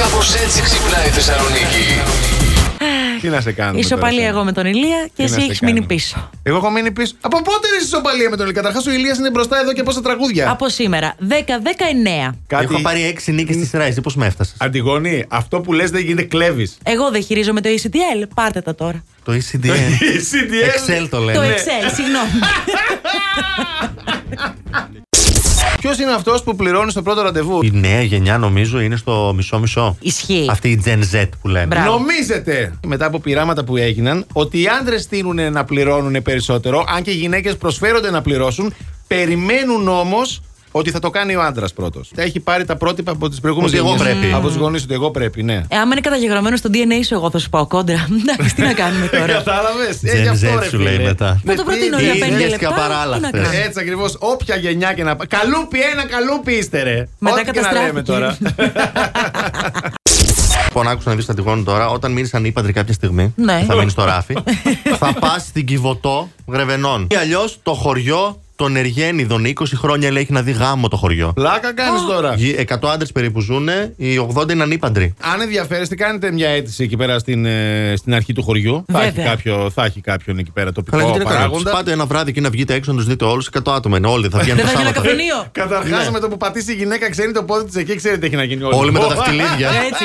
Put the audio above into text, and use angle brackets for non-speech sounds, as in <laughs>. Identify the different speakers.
Speaker 1: Κάπως έτσι ξυπνάει η Θεσσαλονίκη.
Speaker 2: Τι να σε κάνουμε.
Speaker 3: Ισοπαλία εγώ με τον Ηλία και εσύ έχεις μείνει πίσω.
Speaker 2: Εγώ έχω μείνει πίσω. Από πότε είσαι ισοπαλία με τον Ηλία. Καταρχάς ο Ηλίας είναι μπροστά εδώ και πόσα τραγούδια.
Speaker 3: Από σήμερα 10-19.
Speaker 2: Κάτι...
Speaker 4: Έχω πάρει 6 νίκε στη σειρά. Εσύ πώς με έφτασες.
Speaker 2: Αντιγόνη, αυτό που λες δεν γίνεται κλέβεις.
Speaker 3: Εγώ δεν χειρίζομαι το E ECTL. Πάρτε τα τώρα.
Speaker 4: Το E ECDN.
Speaker 2: CDL.
Speaker 4: Excel το
Speaker 3: Το
Speaker 4: λένε.
Speaker 3: Excel, συγγνώμη.
Speaker 2: Ποιος είναι αυτός που πληρώνει στο πρώτο ραντεβού.
Speaker 4: Η νέα γενιά νομίζω είναι στο μισό-μισό.
Speaker 3: Ισχύει.
Speaker 4: Αυτή η Gen Z που λένε.
Speaker 3: Μπράβο.
Speaker 2: Νομίζετε μετά από πειράματα που έγιναν ότι οι άντρες τείνουν να πληρώνουν περισσότερο, αν και οι γυναίκες προσφέρονται να πληρώσουν, περιμένουν όμως ότι θα το κάνει ο άντρας πρώτος. Τα έχει πάρει τα πρότυπα από τις προηγούμενες
Speaker 4: Ότι εγώ πρέπει.
Speaker 2: Από τους γονείς ότι εγώ πρέπει,
Speaker 4: <laughs>
Speaker 2: ναι.
Speaker 3: Ε, άμα είναι καταγεγραμμένο στο DNA σου, εγώ θα σου πάω κόντρα. <laughs> Εντάξει, τι να κάνουμε
Speaker 2: <laughs>
Speaker 3: τώρα.
Speaker 2: Κατάλαβες.
Speaker 4: Gen Z σου λέει μετά.
Speaker 3: Θα
Speaker 2: Ε, Ναι,
Speaker 3: το προτείνω
Speaker 4: τι
Speaker 3: για
Speaker 4: είναι,
Speaker 3: 5
Speaker 4: ίδιες και
Speaker 3: λεπτά. Τι να
Speaker 4: απαράλλαχτες.
Speaker 3: κάνω.
Speaker 2: Έτσι ακριβώς, όποια γενιά και να πάει. Καλούπι ένα, καλούπι είστε ρε.
Speaker 3: Μετά
Speaker 2: Ό,τι και να λέμε
Speaker 3: <laughs>
Speaker 2: τώρα.
Speaker 3: καταστράφηκε.
Speaker 4: Λοιπόν, άκουσα να δεις τα τυχόν τώρα, όταν μείνει ανήπαντρη κάποια στιγμή.
Speaker 3: Ναι.
Speaker 4: και Θα μείνεις
Speaker 3: <laughs>
Speaker 4: στο ράφι. θα πας στην Κιβωτό Γρεβενών. Ή αλλιώς το χωριό των Εργένιδων. 20 χρόνια λέει έχει να δει γάμο το χωριό.
Speaker 2: Πλάκα κάνεις τώρα.
Speaker 4: Γη- 100 άντρες περίπου ζουν, οι 80 είναι ανήπαντροι.
Speaker 2: Αν ενδιαφέρεστε, κάνετε μια αίτηση εκεί πέρα στην, ε, στην αρχή του χωριού. Θα έχει,
Speaker 3: Βέβαια.
Speaker 2: κάποιο, θα έχει κάποιον εκεί πέρα
Speaker 4: Καλά,
Speaker 2: τοπικό
Speaker 4: γιατί να κάνετε.
Speaker 2: παράγοντα.
Speaker 4: Τους Πάτε ένα βράδυ και να βγείτε έξω να τους δείτε όλους 100 άτομα. Είναι όλοι, θα βγαίνουν
Speaker 3: Δεν
Speaker 4: το
Speaker 3: θα γίνει ένα
Speaker 4: Σάββατο.
Speaker 3: καφενείο.
Speaker 2: Καταρχάς,
Speaker 4: Ναι.
Speaker 2: με το που πατήσει η γυναίκα, ξέρει το πόδι της εκεί, ξέρει τι έχει να γίνει. όλο.
Speaker 4: Όλοι με τα
Speaker 2: Ω,
Speaker 4: δαχτυλίδια.
Speaker 3: <laughs> Έτσι.